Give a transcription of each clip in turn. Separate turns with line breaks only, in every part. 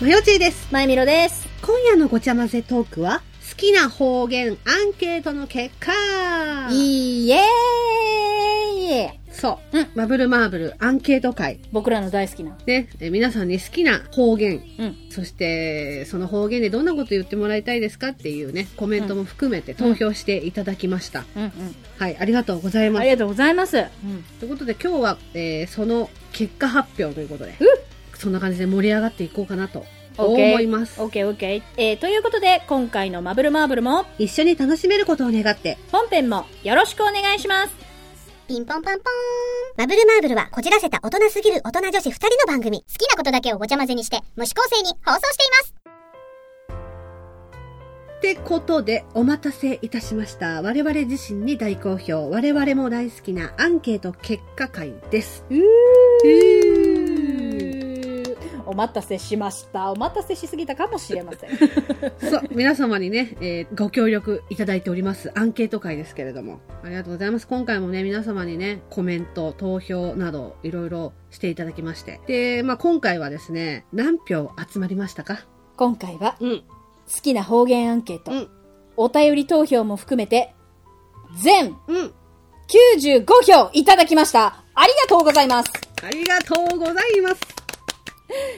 マヨチーです。
まゆみろです。
今夜のごちゃ混ぜトークは、好きな方言アンケートの結果
イエーイ
そう、
うん
マブルマーブルアンケート会。
僕らの大好きな。
ね、え皆さんに好きな方言、
うん。
そして、その方言でどんなこと言ってもらいたいですかっていうね、コメントも含めて投票していただきました。
うん
はい、ありがとうござい
うん。
ま
あ
す
り。がとうございます。うん。
ということで今日は、えーその結果発表ということで、
う
そんな感じで盛り上がっていこうかなと
OK
思います
オ。ッケーオッケー。えー、ということで、今回のマブルマーブルも、
一緒に楽しめることを願って、
本編もよろしくお願いします。
ピンポンパンポーン。マブルマーブルはこじらせた大人すぎる大人女子二人の番組。好きなことだけをごちゃ混ぜにして、無視構成に放送しています。
ってことで、お待たせいたしました。我々自身に大好評、我々も大好きなアンケート結果会です。
う
ー
お待たせしました。お待たせしすぎたかもしれません。
そう、皆様にね、えーご協力いただいております。アンケート会ですけれども。ありがとうございます。今回もね、皆様にね、コメント、投票など、いろいろしていただきまして。で、まあ今回はですね、何票集まりましたか
今回は、
うん。
好きな方言アンケート、
うん
お便り投票も含めて、全
うん。
95票いただきました。ありがとうございます。
ありがとうございます。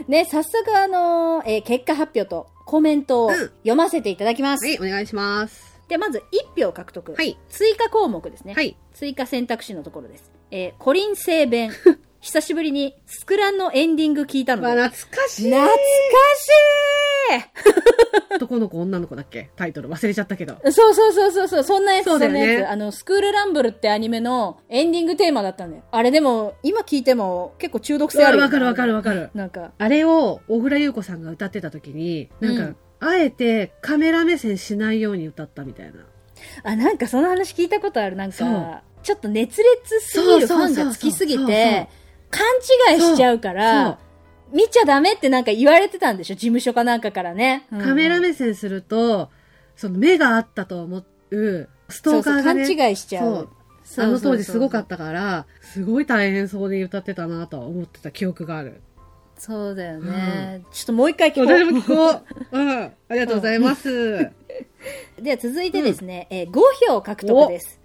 ね、早速あのーえー結果発表とコメントを
うん
読ませていただきます。
はい、お願いします。
で、まず1票獲得。
はい
追加項目ですね。
はい。
追加選択肢のところです。えーコリン 製弁。久しぶりにスクランのエンディング聞いたの
ま
で。
あ、懐かしい。
懐かし
男の子、女の子だっけタイトル忘れちゃったけど。
いそうそうそうそうそう、そんなやつ、
そうだ
そ
よ
ん
ね
なやつ。あの、スクールランブルってアニメのエンディングテーマだったんだよ。あれでも、今聞いても結構中毒性あるよ
わ
ね
かるわかるわかる。
なんか、
あれを小倉優子さんが歌ってた時に、なんか、
うん
あえてカメラ目線しないように歌ったみたいな。
あ、なんかその話聞いたことある。なん
そう
か、ちょっと熱烈すぎるフ
そうそうそう
ァ
そう
ンがつきすぎ
そうそうそう
て、勘違いしちゃうから、見ちゃダメってなんか言われてたんでしょ事務所かなんかからね。うん
カメラ目線すると、その目があったと思う、ストーカーが、ね、
そうそう勘違いしちゃう
そうあの当時すごかったから、すごい大変そうで歌ってたなとは思ってた記憶がある。
そうだよね。ちょっともう一回聞こう。
私も聞こ う。うん。ありがとうございます。
では続いてですね、えー5票獲得です。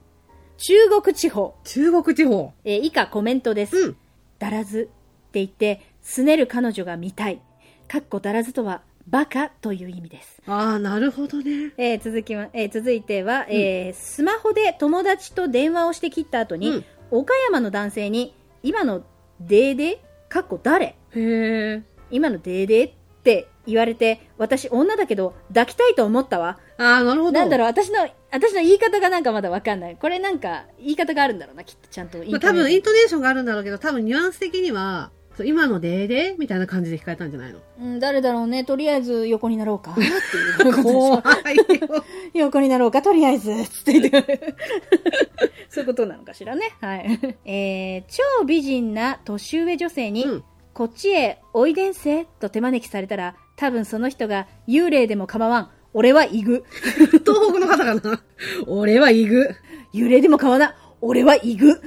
中国地方、
中国地方。
えー以下コメントです。
うん。
だらずって言って、すねる彼女が見たい。かっこだらずとは、バカという意味です。
ああ、なるほどね。
えー続きま、えー続いては、えースマホで友達と電話をして切った後に、
うん
岡山の男性に、今のデーデーかっこ誰
へえ。
今のデーデーって言われて、私女だけど抱きたいと思ったわ。
ああ、なるほど。
なんだろう、私の、私の言い方がなんかまだわかんない。これなんか、言い方があるんだろうな、きっとちゃんとイン
まあ、
ト
多
ネーション
分、イントネーションがあるんだろうけど、多分、ニュアンス的には、そう今のでーでーみたいな感じで聞かれたんじゃないの
うん、誰だろうね、とりあえず横になろ うか、っていうことでし
怖い
ょ。
よ。
横になろうか、とりあえず、つって言って。 そういうことなのかしらね。はい。 えー、超美人な年上女性に、
うん
こっちへおいでんせと手招きされたら、多分その人が幽霊でも構わん。俺はイグ。
東北の方かな俺はイグ。
幽霊でも買わな俺はイ グ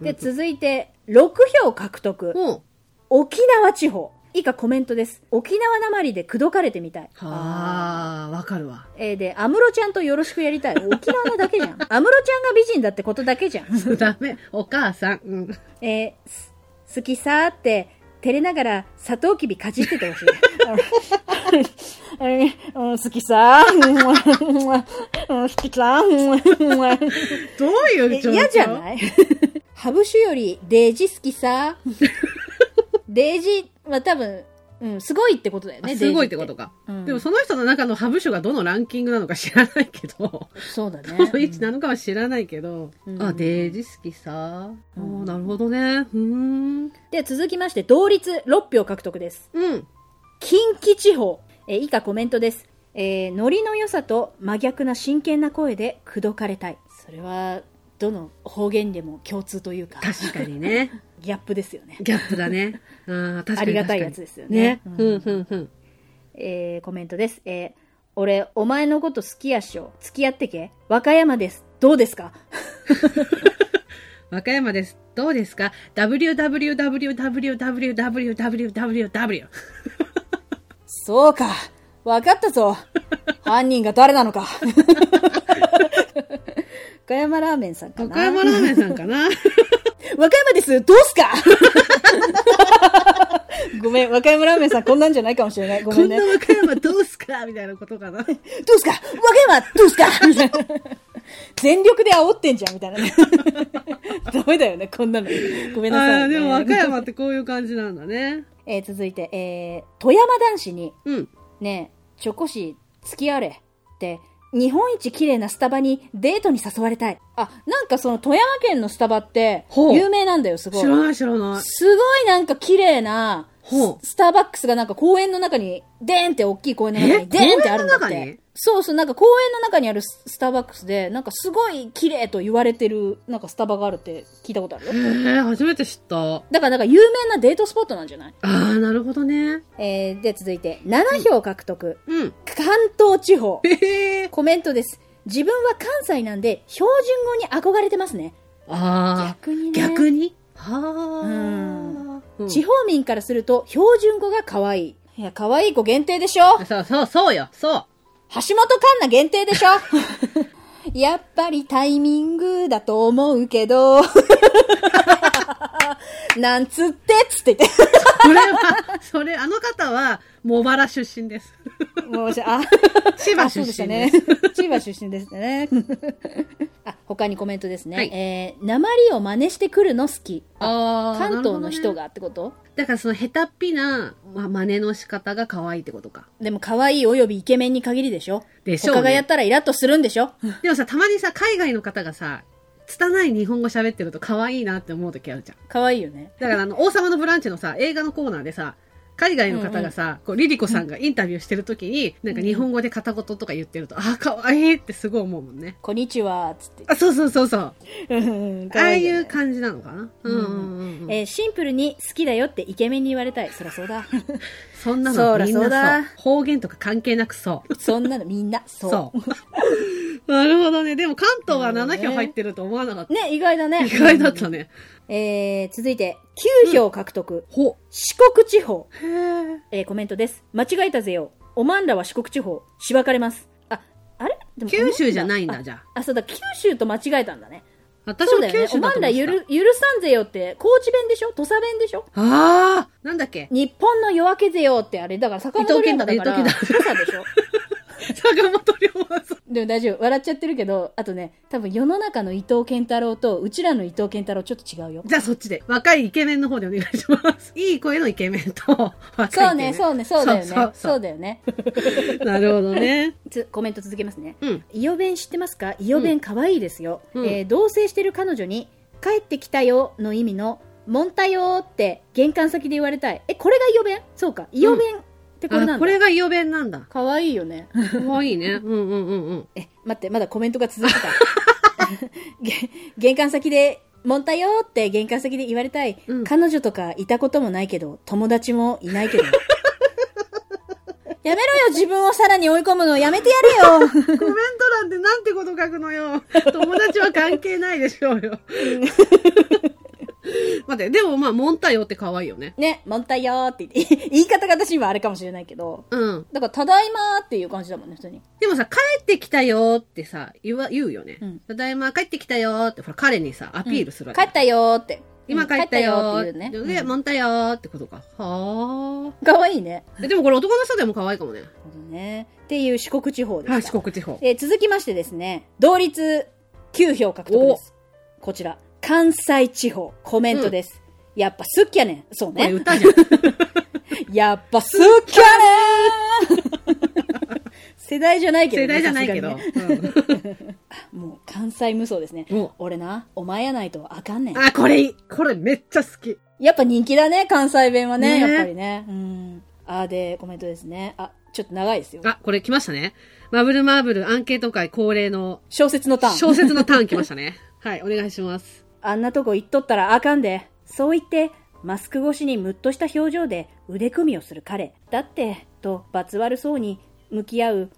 で、続いて、6票獲得。
も
沖縄地方。以下コメントです。沖縄なまりで口説かれてみたい。
う、はあ、わかるわ。
えーで、安室ちゃんとよろしくや りたい。沖縄なだけじゃん。安室ちゃんが美人だってことだけじゃん。
ダメ。お母さん。うん。
えーす好きさーって、照れながらサトウキビかじっててほしい。あのあ のうん好きさー うんうん好きさーうん
どういう状況
嫌じゃない ハブ酒よりデージ好きさ。 デージは多分、うん、すごいってことだよ
あ
ね。
すごいって
デージ
ことか。
うん
でも、その人の中のハブ書がどのランキングなのか知らないけど、
そうだ
ど
ね。
の位置なのかは知らないけど、
うん
あ、デージ好きさ。あ
う
ー
ん
なるほどね。うーん。
で、続きまして、同率6票獲得です。
うん。
近畿地方。えー以下コメントです。えーノリの良さと真逆な真剣な声で口説かれたい。それは、どの方言でも共通というか、
確かにね。
ギャップですよね。
ギャップだ ね。あー確かに確かに。
ありがたいやつですよね
ね。
うん
うん、うん、うん。
えーコメントです。えー俺、お前のこと好きやっしょ。付き合ってけ。和歌山です。どうですか
和歌山です。どうですか ?www.www.www.w
そうか。わかった ぞ。犯人が誰なの か。岡山ラーメンさんかな。
岡山ラーメンさんかな
和歌山ですどうすか ごめん、和歌山ラーメンさんこんなんじゃないかもしれ ない。ご
こ
めん
ん
ね。
な
どう
和歌山どうすかみたいなこと かな。
すか和歌山どうすか 全力で煽ってんじゃん、みたいなね。 ダメだよね、こんなの。ごめんなさ
あ
い、
あ、
ね。
でも和歌山ってこういう感じなんだね。
えー続いて、えー、富山男子に、
うん。
ねえ、チョコシ付き合われって、日本一綺麗なスタバにデートに誘われたい。あ、なんかその富山県のスタバって、
ほう
有名なんだよ、すごい。
知らない知らない。
すごいなんか綺麗な、
ほ
ススターバックスがなんか公園の中に、でーんって大きい公園の中
え
に、でーんってあるんだっ
公園の中に
て。そうそう、なんか公園の中にあるススターバックスで、なんかすごい綺麗と言われてる、なんかスタバがあるって聞いたことあるよ
う。へえ、初めて知った。あ
だからなんか有名なデートスポットなんじゃない
あ、なるほどね。
えー、で続いて、7票獲得。
うん。
関東地方。
へえ。
コメントです。自分は関西なんで、標準語に憧れてますね。
ああ、
逆にね。
逆に
う
は
ん
あ。うん
地方民からすると、標準語が可愛い。いや、可愛い子限定でしょ
そうそう、そうよ、そう。
橋本環奈限定で しょやっぱりタイミングだと思うけど。 なんつってっつって言っ
それは、それ、あの方は、茂原出身です。
て。もうじゃあ、
千葉
あそ
出
うでした
身
ね
です。。
千葉出身ですね。 あ、他にコメントですね。
はい
えー、鉛を真似してくるの好き。
あー
関東
な
の人。
るほどね
がってこと、
だからその下手っぴな、ま、真似の仕方が可愛いってことか。
でも可愛いおよびイケメンに限りでしょ
でしょうね
他がやったらイラッとするんでしょ
でもさ、たまにさ、海外の方がさ、拙い日本語喋ってると可愛いなって思う時あるじゃん。
可愛いよね。
だからあの、王様のブランチのさ、映画のコーナーでさ、海外の方がさ、こう、リリコさんがインタビューしてる時に、なんか日本語で片言とか言ってると、ああ、可愛いってすごい思うもんね。
こんにちは、つって。
あ、そうそうそう そう。
うん可
ああ
愛
い
よね
う感じなのかな。うんうんうんうん。
えーシンプルに好きだよってイケメンに言われたい。そらそうだ。
そんな
そう
の
だ
みんなそう
そうだ
方言とか関係なくそう。
そんなのみんな、そう。
そう。 なるほどね。でも関東は
うんね
7票入ってると思わなかった。
ね、意外だね。
意外だったね。
えー、続いて、9票獲得。
ほ。
四国地方。
へえ。
えー、コメントです。間違えたぜよ。おまんらは四国地方。しばかれます。あ、あれでも
九州じゃないん
あ
だ、じゃあ。
あ、そうだ、九州と間違えたんだね。
私
そう
も
だ
九
よね。お
州だ
ま
と思
んら
っ
ゆ
てた。
る、許さんぜよって、高知弁でしょ土佐弁でしょ
ああなんだっけ
日本の夜明けぜよってあれ、だから魚の量だか
伊藤
ら、
健
土
太
佐でしょ
坂本龍馬さん。
でも大丈夫。笑っちゃってるけど、あとね、多分世の中の伊藤健太郎と、うちらの伊藤健太郎ちょっと 違うよ。
じゃあそっちで。若いイケメンの方でお願いします。 いい声のイケメンと、若いイケメン
そうね、そうね、そうだよね。そう
そう
だよね。
そうなるほどね。
つコメント続けますね。
うん。
イオ弁知ってますかイオ弁可愛いですよ、
うん
えー同棲してる彼女に「帰ってきたよ」の意味の「もんたよ」って玄関先で言われたいえこれがイオ弁そうかイオ弁ってこれなんだ、
あこれが予弁なんだ。
可愛いよね
可愛いね。うんうんうんうん。
え待ってまだコメントが続いて たげ玄関先で「もんたよ」って玄関先で言われたい、
うん
彼女とかいたこともないけど友達もいないけどやめろよ自分をさらに追い込むのやめてやれよ
コメント欄でなんてこと書くの よ。友達は関係ないでしょうよ。待って、でもまあ、モンタヨって可愛いよね。
ね、もんたよーって言って、言い方が私今あれかもしれないけど、
うん。
だから、ただいまーっていう感じだもんね、普通に。
でもさ、帰ってきたよってさ、言わ、言うよね。
うん
ただいま帰ってきたよって、ほら、彼にさ、アピールするわ
帰
け、
ったよーって。
今帰ったよ
うん
ー
帰
っ
ってたよー
言
っていうう
ね。
ね。
で、モンタヨーってことか。は
うんかわいいね。
あ。えでもこれ男の人でも可愛いかもね。
なるほどね。っていう四国地方でした。
はい、四国地方。
えー続きましてですね、同率9票獲得です。こちら、関西地方、コメントです。やっぱすっきゃねん。そう
これ
ね。
歌じゃん。
やっぱすっきゃねん世代じゃないけど
世
ね、
代じゃないけど。
さすがにねもう関西無双ですね。
うん。も
俺な、 お前やないとあかんねん
う。。あ、これいい。これめっちゃ好き。
やっぱ人気だね、関西弁はね、
ね
やっぱりね。うん。あーで、コメントですね。あ、ちょっと長いですよ。
あ、これ来ましたね。マブルマーブルアンケート会恒例の
小説のターン。
小説のターン来ました ね。はい、お願いします。
あんなとこ行っとったらあかんで。そう言って、マスク越しにムッとした表情で腕組みをする彼。だって、と、罰悪そうに向き合う、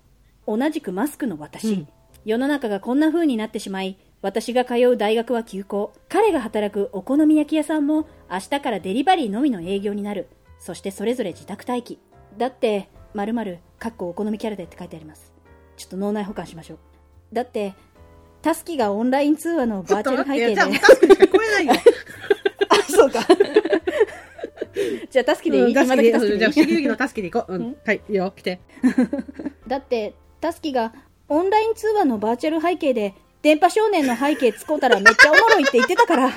同じくマスクの私。
うん
世の中がこんな風になってしまい、私が通う大学は休校。彼が働くお好み焼き屋さんも明日からデリバリーのみの営業になる。そしてそれぞれ自宅待機。だって、〇〇、かっこお好みキャラでって書いてあります。ちょっと脳内保管しましょう。だって、タスキがオンライン通話のバーチャル背
ち
景
ょっと待っていやじゃあもう
で。
タスクしか聞こえ ないよ。
あ、そうか。じゃあタスキでいい、
うん、タス
今
クで
だけ
いい
タスキ
うんじゃ
でい
あ、
い
ひぎゆきのタスクで行こう。う
うん
ん。はい、いいよ、来て。
だって、タスキがオンライン通話のバーチャル背景で、電波少年の背景使うたらめっちゃおもろいって言ってたから。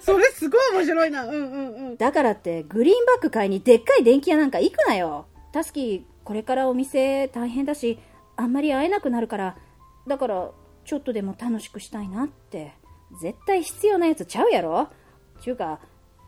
それすごい面白いな。うんうんうん。
だからって、グリーンバック買いにでっかい電気屋なんか行くなよ。タスキ、これからお店大変だし、あんまり会えなくなるから、だから、ちょっとでも楽しくしたいなって。絶対必要なやつちゃうやろちゅうか、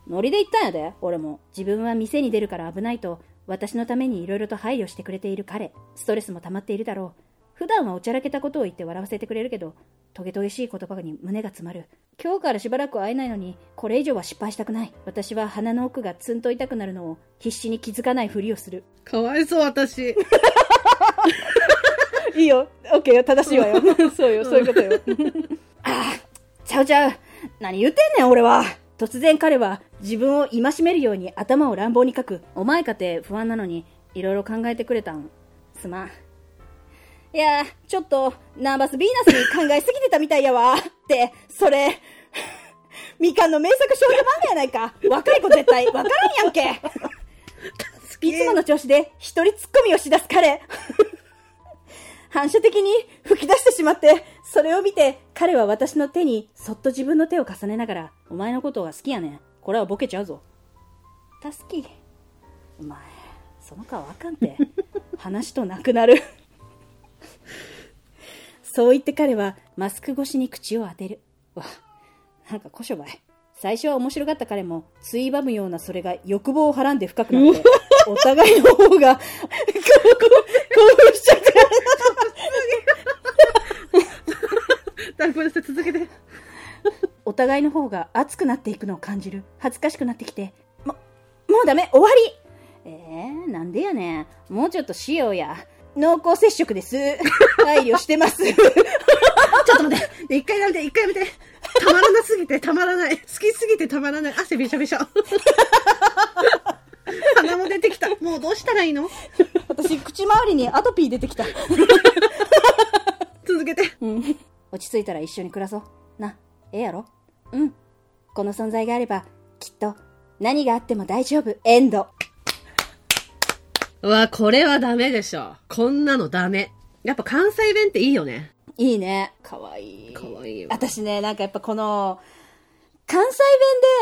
ノリで行ったんやで、俺も。自分は店に出るから危ないと、私のために色々と配慮してくれている彼。ストレスも溜まっているだろう。普段はおちゃらけたことを言って笑わせてくれるけど、トゲトゲしい言葉に胸が詰まる。今日からしばらく会えないのに、これ以上は失敗したくない。私は鼻の奥がツンと痛くなるのを必死に気づかないふりをする。
かわいそう、私。
いいよ。オッケーよ。正しいわよ。そうよ。そういうことよ。 ああ、ちゃうちゃう。何言ってんねん、俺は。突然彼は自分を戒めるように頭を乱暴にかく。お前かて不安なのに、いろいろ考えてくれたん。すまん。いやー、ちょっと、ナーバスビーナスに考えすぎてたみたいやわ。って、それ、みかんの名作少女漫画やないか。若い子絶対、わからんやんけ。いつもの調子で一人ツッコミをしだす彼。 反射的に吹き出してしまって、それを見て彼は私の手にそっと自分の手を重ねながら、お前のことが好きやねん。これはボケちゃうぞ。タスキ、お前、その顔あかんて。 話となくなる。 そう言って彼はマスク越しに口を当てる。わ、なんかこしょばい。最初は面白がった彼も、ついばむようなそれが欲望をはらんで深くなって、お互いの方が、こう、こう、興奮しちゃって。
だごめんなさい、続けて。
お互いの方が熱くなっていくのを感じる。恥ずかしくなってきて。も、もうダメ終わりえー、なんでやねん。もうちょっとしようや。濃厚接触です。 配慮してます。
ちょっと待って。一回やめて、一回やめて。たまらなすぎて、たまらない。好きすぎてたまらない。汗びしゃびし ゃ。鼻も出てきた。もうどうしたらいいの
私、口周りにアトピー出てきた。
続けて。
うん。落ち着いたら一緒に暮らそう。な、ええやろうん。この存在があれば、きっと、何があっても大丈夫。エンド。
うわ、これはダメでしょ。こんなのダメ。やっぱ関西弁っていいよね。
いいね。かわいい。
かわいいよ
私ね、なんかやっぱこの、関西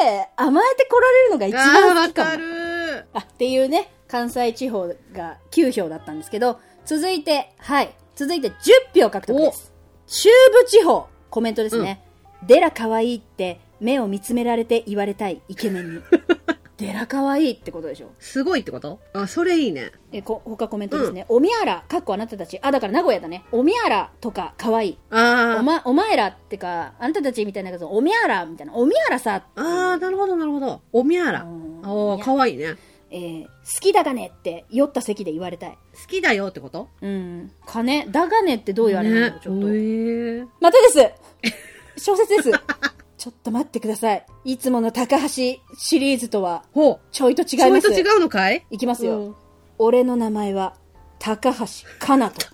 弁で甘えて来られるのが一
ああ、
番好
わ
きかも。
かる。
あ、っていうね、関西地方が9票だったんですけど、続いて、はい、続いて10票獲得です。中部地方、コメントですね。デラ可愛いって目を見つめられて言われたいイケメンに。デラ可愛いってことでしょ。
すごいってことあ、それいいね。
え、こ、他コメントですね。おみやら、かっこあなたたち。あ、だから名古屋だね。おみやらとか可愛い。
あ
お
あ。
ま、お前らってか、あんたたちみたいなこと、おみやらみたいな。おみやらさ、
ああ、なるほど、なるほど。おみやら。
うん
おおかわいいね。
えー好きだがねって酔った席で言われたい。
好きだよってこと
うん。金、だがねってどう言われるの、
ね
ちょっと。
うえー
またです小説です ちょっと待ってください。いつもの高橋シリーズとは、
ほう。
ちょいと違
そ
いま
れ
す。
と違うのかい
いきますよ。
うん
俺の名前は、高橋かなと。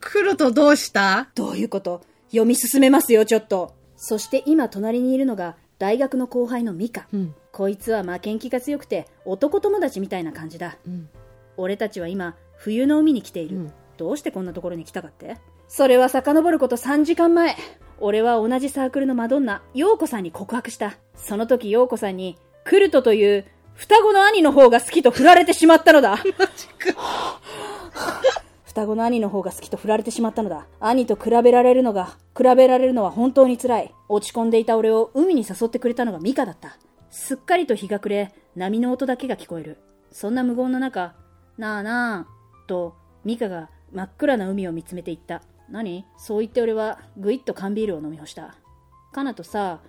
来るとどうした
どういうこと読み進めますよ、ちょっと。そして今隣にいるのが、大学の後輩のミカ。
うん。
こいつは負けん気が強くて、男友達みたいな感じだ。
うん。
俺たちは今冬の海に来ている、
うん
どうしてこんなところに来たかってそれは遡ること3時間前俺は同じサークルのマドンナ陽子さんに告白したその時陽子さんにクルトという双子の兄の方が好きと振られてしまったのだ 双子の兄の方が好きと振られてしまったのだ兄と比べられるのが比べられるのは本当に辛い落ち込んでいた俺を海に誘ってくれたのがミカだったすっかりと日が暮れ波の音だけが聞こえるそんな無言の中なあなあとミカが真っ暗な海を見つめていった何そう言って俺はぐいっと缶ビールを飲み干したかなとさ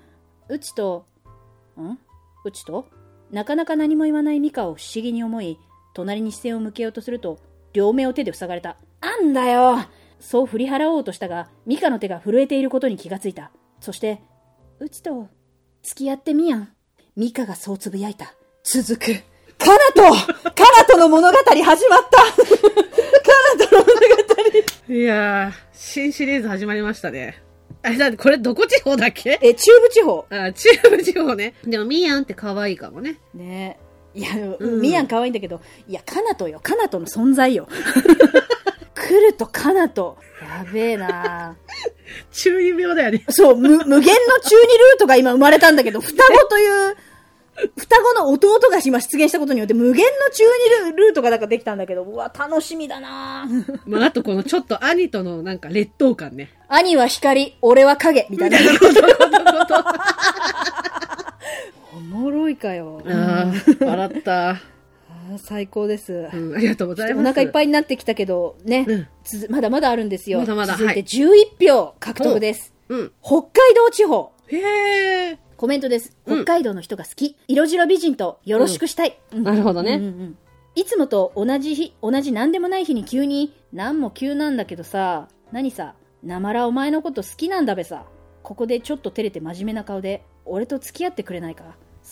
うちとんうちとなかなか何も言わないミカを不思議に思い隣に視線を向けようとすると両目を手で塞がれたあんだよそう振り払おうとしたが、ミカの手が震えていることに気がついた。そして、うちと、付き合ってみやん。ミカがそうつぶやいた。続く。カナト カナトの物語始まった
いやー、新シリーズ始まりましたね。あれだって、これどこ地方だっけ
え、中部地方。
あ、中部地方ね。でも、ミーアンって可愛いかもね。
ねいや、
うん
ミヤン可愛いんだけど、いや、カナトよ、カナトの存在よ。 来るとカナト。やべえな
中二病だよね。
そう、無、無限の中二ルートが今生まれたんだけど、双子という、双子の弟が今出現したことによって、無限の中二ルルートがなんかできたんだけど、うわ、楽しみだな
まあ、あとこのちょっと兄とのなんか劣等感ね。
兄は光、俺は影、みたいな。おもろいかよ。
ああ、笑った。
あー最高です。
うん、ありがとうござい
お
ます。
腹いっ
い。
ぱいになってきたけど、ね、
うん
つづまだまだあるんですよ。
まだまだ
続いて11票獲得です。
うん。
北海道地方。
へえ。
コメントです。
うん
北海道の人が好き。色白美人とよろしくしたい。うん
なるほど
うんう。んいつもと同じ日、同じ何でもない日に急に、何も急なんだけどさ、何さ、なまらお前のこと好きなんだべさ。ここでちょっと照れて真面目な顔で、俺と付き合ってくれないか。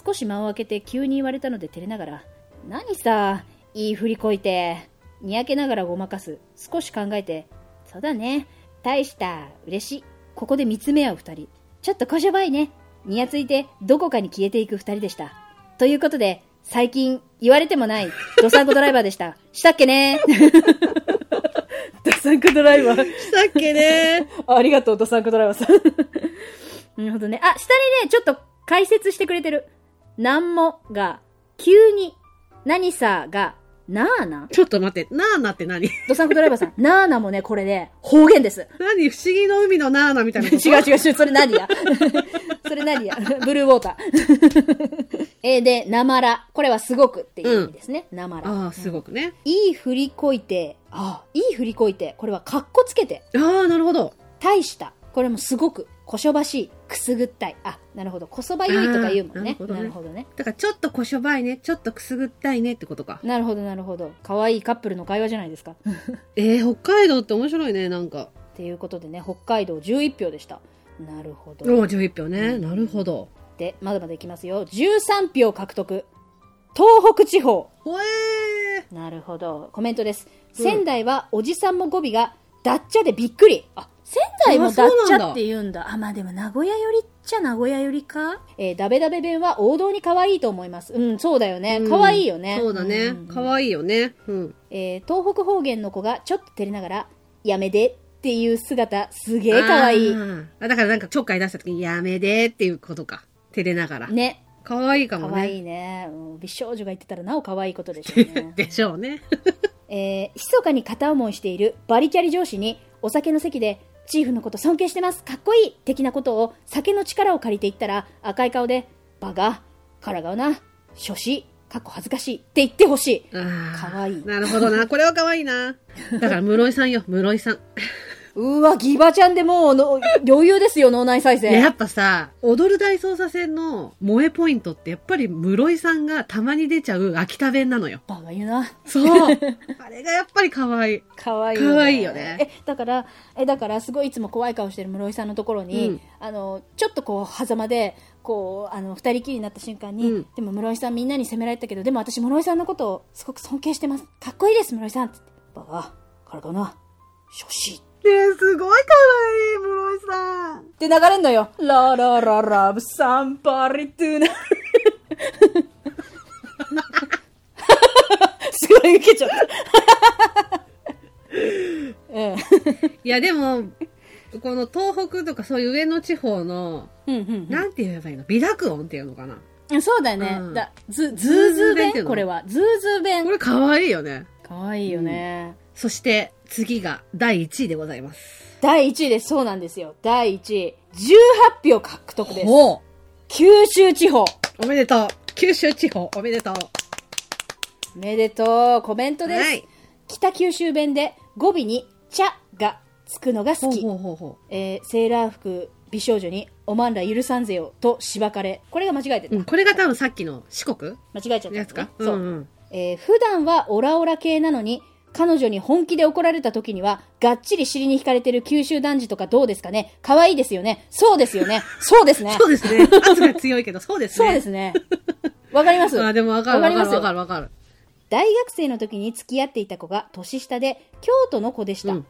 少し間を空けて急に言われたので照れながら、何さ、いい振りこいて。にやけながらごまかす。少し考えて、そうだね。大した、嬉しい。ここで見つめ合う二人。ちょっとこしょばいね。にやついて、どこかに消えていく二人でした。ということで、最近言われてもない、ドサンコドライバーでした。したっけね ドサンコドライバー。
さっきね。
あありがとう、ドサンコドライバーさん。なるほどね。あ、下にね、ちょっと解説してくれてる。なんもが、急に、何さが、なあな。
ちょっと待って、ナーナって何
ドサンコドライバーさん、なあなもね、これね、方言です。
何不思議の海のナーナみたいな
違
こ
う
と。
違う違う、それナディア。 それナディア。ブルーウォーター。えーで、なまら。これはすごくっていう意味ですね。なまら。
ああ、すごくね。
いい振りこいて、あいい振りこいて、これはかっこつけて、
ああ、なるほど。
大した、これもすごく、こしょばしい、くすぐったい、あ、なるほど、こそばゆいとか言うもんね。
あー
な
な
る
る
ほ
ほ
どね。
だからちょっとこしょばいね。ちょっとくすぐったいねってことか。
なるほど、なるほど。可愛いカップルの会話じゃないですか。っ
えー、北海道って面白いね、なんか。
ていうことでね、北海道11票でした。なるほど。
おー11票ね。なるほど。
で、まだまだいきますよ。13票獲得。東北地方。
ほえー。
なるほど。コメントです。
うん
仙台はおじさんも語尾が、ダッチャでびっくり。あ、仙台も
あ
ダッ
そう
チ
なん
ャ
だ
って言うんだ。あ、まあでも名古屋よりっちゃ名古屋よりか。えーダベダベ弁は王道に可愛いと思います。うん、そうだよね。可愛いよね。
うんそうだね
ん。
可愛いよね。うん。
えー東北方言の子がちょっと照れながら、やめでっていう姿、すげえ可愛
あ
い。
ーあだからなんかちょっかい出した時にやめでっていうことか。照れながら。
ね。
可愛いかも
可
ね。。
愛いね。うん美少女が言ってたらなお可愛いことでしょうね
でしょうね。
えー、密かに片思いしているバリキャリ上司にお酒の席でチーフのこと尊敬してますかっこいい的なことを酒の力を借りて言ったら赤い顔でバカからがうな初子かっこ恥ずかしいって言ってほしい可
可
愛い
なるほどな。これは可愛いな。だから室井さんよ、室井さん。
うわギバちゃんでもうの余裕ですよ脳内再
いやや
生
っぱさ、踊る大捜査線の萌えポイントってやっぱり室井さんがたまに出ちゃう秋田弁なのよ。
バカ言うな
そう。 あれがやっぱり可愛い。
可愛い
可愛いよね
えだからえだからすごいいつも怖い顔してる室井さんのところに、
うん
あのちょっとこう狭間でこうあの二人きりになった瞬間に、
うん
でも室井さんみんなに責められたけどでも私室井さんのことをすごく尊敬してますかっこいいです室井さんっつってバカ体な初心
ねえすごい可愛い、室井さん。
って流れんのよララララブサンパリ トゥナ すごい受けちゃった、 え
いや、でも、この東北とかそういう上の地方の、
え、うんうんうん
なんて言えばいいの微濁音っていうのかな
うんそうだよね。
うん
だず、ズ
ズ
ー
ー
ズ
ズ
ー
ー弁ってい
弁
うの
これは。ズーズー
こ
弁。
れ可愛いよね。
かわいいよね。
そして、次が第1位でございます。
第1位です。そうなんですよ。第1位。18票獲得です。
ほ
九州地方。
うおめでとう九州地方、おめでとう
おめでとう。コメントです。
はい
北九州弁で語尾に、ちゃがつくのが好き。
うほうほ
えーセーラー服美少女に、おまんら許さんぜよとしばかれ。これが間違えてた。
うん、これが多分さっきの四国
間違えちゃった、ね。
やつか
そう。
んん
えー普段はオラオラ系なのに、彼女に本気で怒られた時には、がっちり尻に惹かれてる九州男児とかどうですかね可愛いですよねそうですよねそうですね
そうですね。圧が強いけど、そうですね。
そうですね。わかります
あ、でもわかるわ
わかり
か
ます
る
よ
わかるわかる。
大学生の時に付き合っていた子が年下で京都の子でした、
うん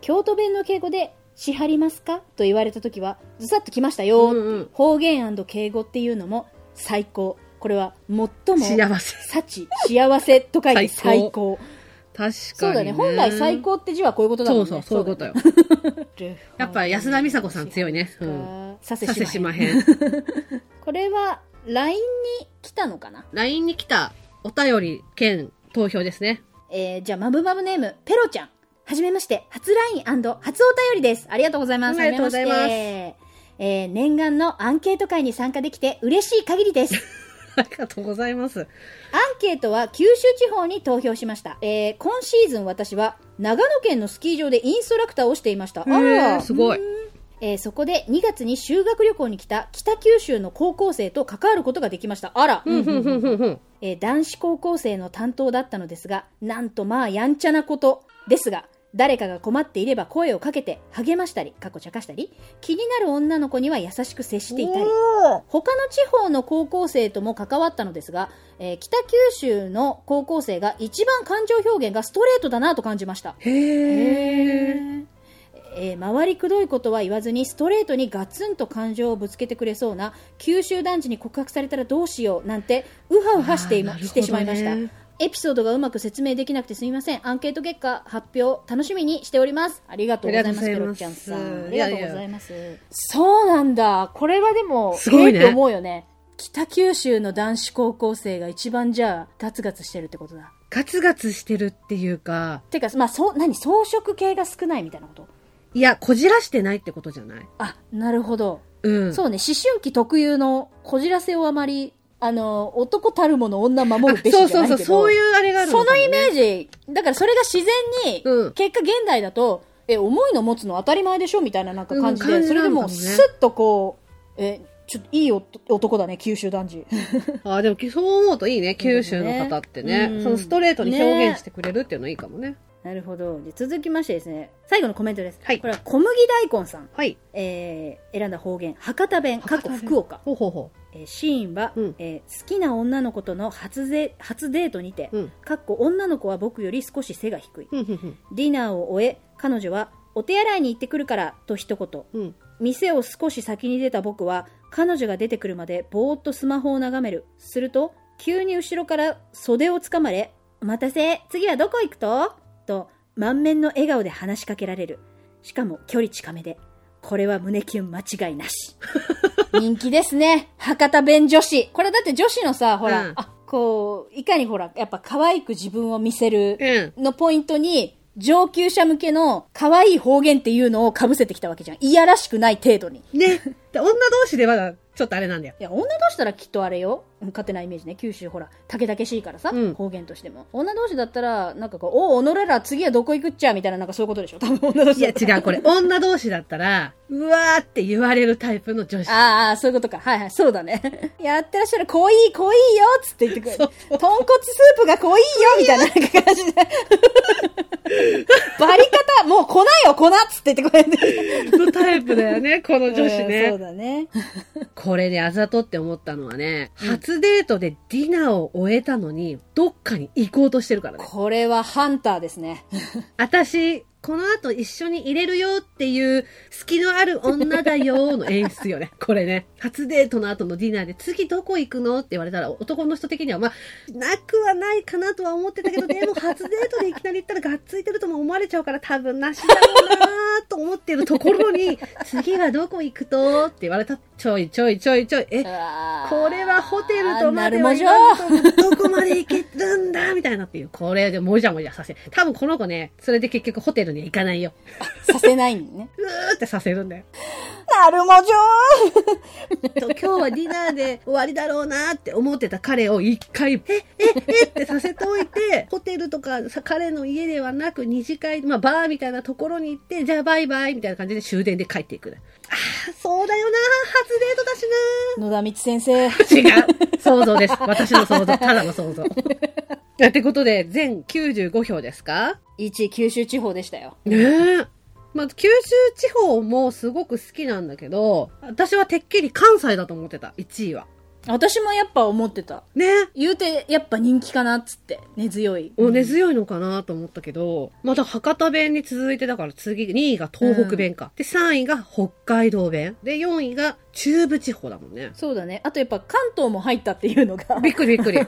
京都弁の敬語で「支払いますか?」と言われた時はずさっと来ましたよ、
うんうん
方言敬語っていうのも最高これは最も
幸せ。
幸幸せと書いて最
最
高
確かに、ね。
そうだね本来最高って字はこういうことだもんね
そうそう、そういうことよ。
よ
やっぱ安田美沙子さん強いね。う。
うんんさせ
させ
し
し
ま
ま
へん
へん。
これは LINE に来たのかな
LINE に来たお便り兼投票ですね。
えー、じゃあ、まぶまぶネーム、ペロちゃん。はじめまして、初 LINE& 初お便りです。ありがとうございます。
ありがとうございます
はじめましてえー、念願のアンケート会に参加できて嬉しい限りです。
ありがとうございます。
アンケートは九州地方に投票しました。えー、今シーズン私は長野県のスキー場でインストラクターをしていました。あ
へ
ら
ー、すごい。
えーそこで2月に修学旅行に来た北九州の高校生と関わることができました。あら、
ふんふんふんふんふん。
えー男子高校生の担当だったのですが、なんとまあやんちゃなことですが、誰かが困っていれば声をかけて励ましたり、過去茶化したり、気になる女の子には優しく接していたり、他の地方の高校生とも関わったのですが、えー北九州の高校生が一番感情表現がストレートだなと感じました。
へえ。
えー回りくどいことは言わずにストレートにガツンと感情をぶつけてくれそうな九州男児に告白されたらどうしようなんてウハウハしていま、
あーなるほどね
してしまいましたエピソードがうまく説明できなくてすみませんアンケート結果発表楽しみにしておりますありがとうございます
あ
ペ
りがとう
ロ
ご
ち
ざ
ゃ
い
ん
ます
さんあり
いや
が
い
と
や
うございますそうなんだこれはでも
すごいね
ええと思うよね北九州の男子高校生が一番じゃあガツガツしてるってことだ
ガツガツしてるっていうか、
てかまあそう何装飾系が少ないみたいなこと
いや、こじらしてないってことじゃない
あなるほど
うん。
そうね、思春期特有のこじらせをあまり、あの、男たるもの女守るべしじゃ
そ
な
う
いけど
そうそう、そういうあれがある
そのイ
ー
メージ、だからそれが自然に、
うん
結果現代だと、え、重いの持つの当たり前でしょみたいななんか感じで、
うん感じ
それで
な
も
の
う
かもね
スッとこう、え、ちょっといいおと男だね、九州男児。
ジ。あーでもそう思うといいね、九州の方ってね。
うん
そのストレートに表現してくれるっていうのいいかもね。
なるほど。続きましてですね、最後のコメントです。
はい
これは小麦大根さん、
はい。
えー選んだ方言、博多弁、過
博多
去
弁
福岡。
ほうほうほ
えーシーンは、
うん
えー好きな女の子との初デ初デートにて、
う。うん。
かっこ女の子は僕より少し背が低い
ふんふんふん。
ディナーを終え彼女はお手洗いに行ってくるからと一言
うん。
店を少し先に出た僕は彼女が出てくるまでぼーっとスマホを眺めるすると急に後ろから袖をつかまれ「お待たせ次はどこ行くと?」と満面の笑顔で話しかけられるしかも距離近めでこれは胸キュン間違い なし人気ですね博多弁女子これだって女子のさほら、
うん
あこういかにほらやっぱ可愛く自分を見せる
うん。
のポイントに、上級者向けの可愛い方言っていうのを被せてきたわけじゃん。いやらしくない程度に。い
ね。で女同士でまだちょっとあれなんだよ。
や、女同士だったらきっとあれよ。勝手なイメージね。九州ほら、たけたけしいからさ、
うん
方言としても。女同士だったら、なんかこう、おお、おのれら次はどこ行くっちゃみたいな、なんかそういうことでしょ。多分女同士
い
だ
や
っ
違
たら
う、 これ。女同士だったら、うわーって言われるタイプの女子。
あーあー、そういうことか。はいはい、そうだね。 やってらっしゃる、濃い、濃いよっつって言ってくる。
そ
豚
う
骨スープが濃いよみたいななん か感じで。バリ方、もう粉よ、粉っつって言ってくれる。
のタイプだよね、この女子
うんそ
ね
う。だね。
これであざとって思ったのはね、初デートでディナーを終えたのに、どっかに行こうとしてるからね。
これはハンターです ね。
私、この後一緒に入れるよっていう、隙のある女だよの演出よね。これね。初デートの後のディナーで、次どこ行くのって言われたら、男の人的には、まあ、なくはないかなとは思ってたけど、でも初デートでいきなり行ったら、がっついてるとも思われちゃうから、多分なしだろうなと思ってるところに、次はどこ行くとって言われた。ちょいちょいちょいちょい、え、こ
こ
れはホテルとまで
な
は
る
言
も
わ
じょ。
ずともどこまで行けるんだみたいなっていう。これでもじゃもじゃさせ。多分この子ね、それで結局ホテルには行かないよ。
させないんね。
うーってさせるんだよ。
なるもじょ
と今日はディナーで終わりだろうなって思ってた彼を一回、え、え、えってさせておいて、ホテルとかさ彼の家ではなく二次会、まあバーみたいなところに行って、じゃあバイバイみたいな感じで終電で帰っていくね。ああ、そうだよな初デートだしな
野田光先生。
違う。想像です。私の想像。ただの想像。 ってことで、全95票ですか
1位九州地方でしたよ。
ねえ。まあ、九州地方もすごく好きなんだけど、私はてっきり関西だと思ってた、1位は。
私もやっぱ思ってた。
ね
言うて、やっぱ人気かなっつって。根強い。
お根強いのかなと思ったけど、また博多弁に続いて、だから次、2位が東北弁か。で、3位が北海道弁。で、4位が中部地方だもんね。
そうだね。あとやっぱ関東も入ったっていうのが。
びっくりびっくり。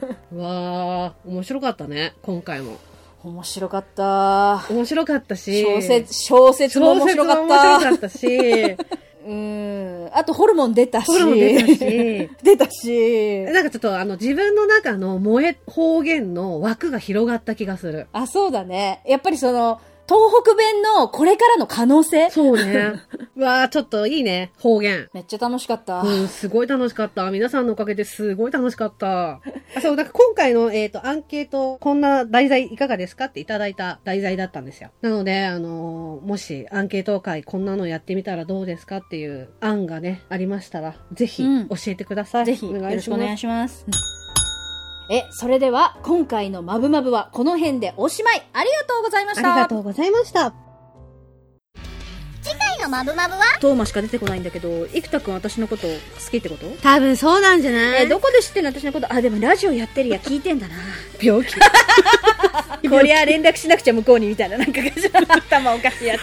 わー、面白かったね、今回も。
面白かった。
面白かったし。
小説、小説も面白かっ
小
た。
説も面白 かったし。
うん。あとホルモン出たし。
ホルモン出たし。
出たし。
なんかちょっとあの自分の中の萌え方言の枠が広がった気がする。
あ、そうだね。やっぱりその、東北弁のこれからの可能性。
そうね。 うわあちょっといいね、方言。
めっちゃ楽しかった。
うん、すごい楽しかった。皆さんのおかげですごい楽しかった。あそう、だから今回の、えっ、と、アンケート、こんな題材いかがですかっていただいた題材だったんですよ。なので、あのーもしアンケート会こんなのやってみたらどうですかっていう案がね、ありましたら、ぜひ
うん
教えてください。
ぜひ、よ
お願
ろ
い
し
し
くお
ます
願い。します。え、それでは、今回のマブマブはこの辺でおしまい。ありがとうございま
あ
し
り
た。
がとうございました。
次回のマブマブは
トーマしか出てこないんだけど、生田くん私のこと好きってこと
多分そうなんじゃな
えーどこで知ってんの私のことあ、でもラジオやってるや、聞いてんだな。
病気。
こりゃ連絡しなくちゃ向こうにみたいな、なんか感じの頭おかしいやつ。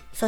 そ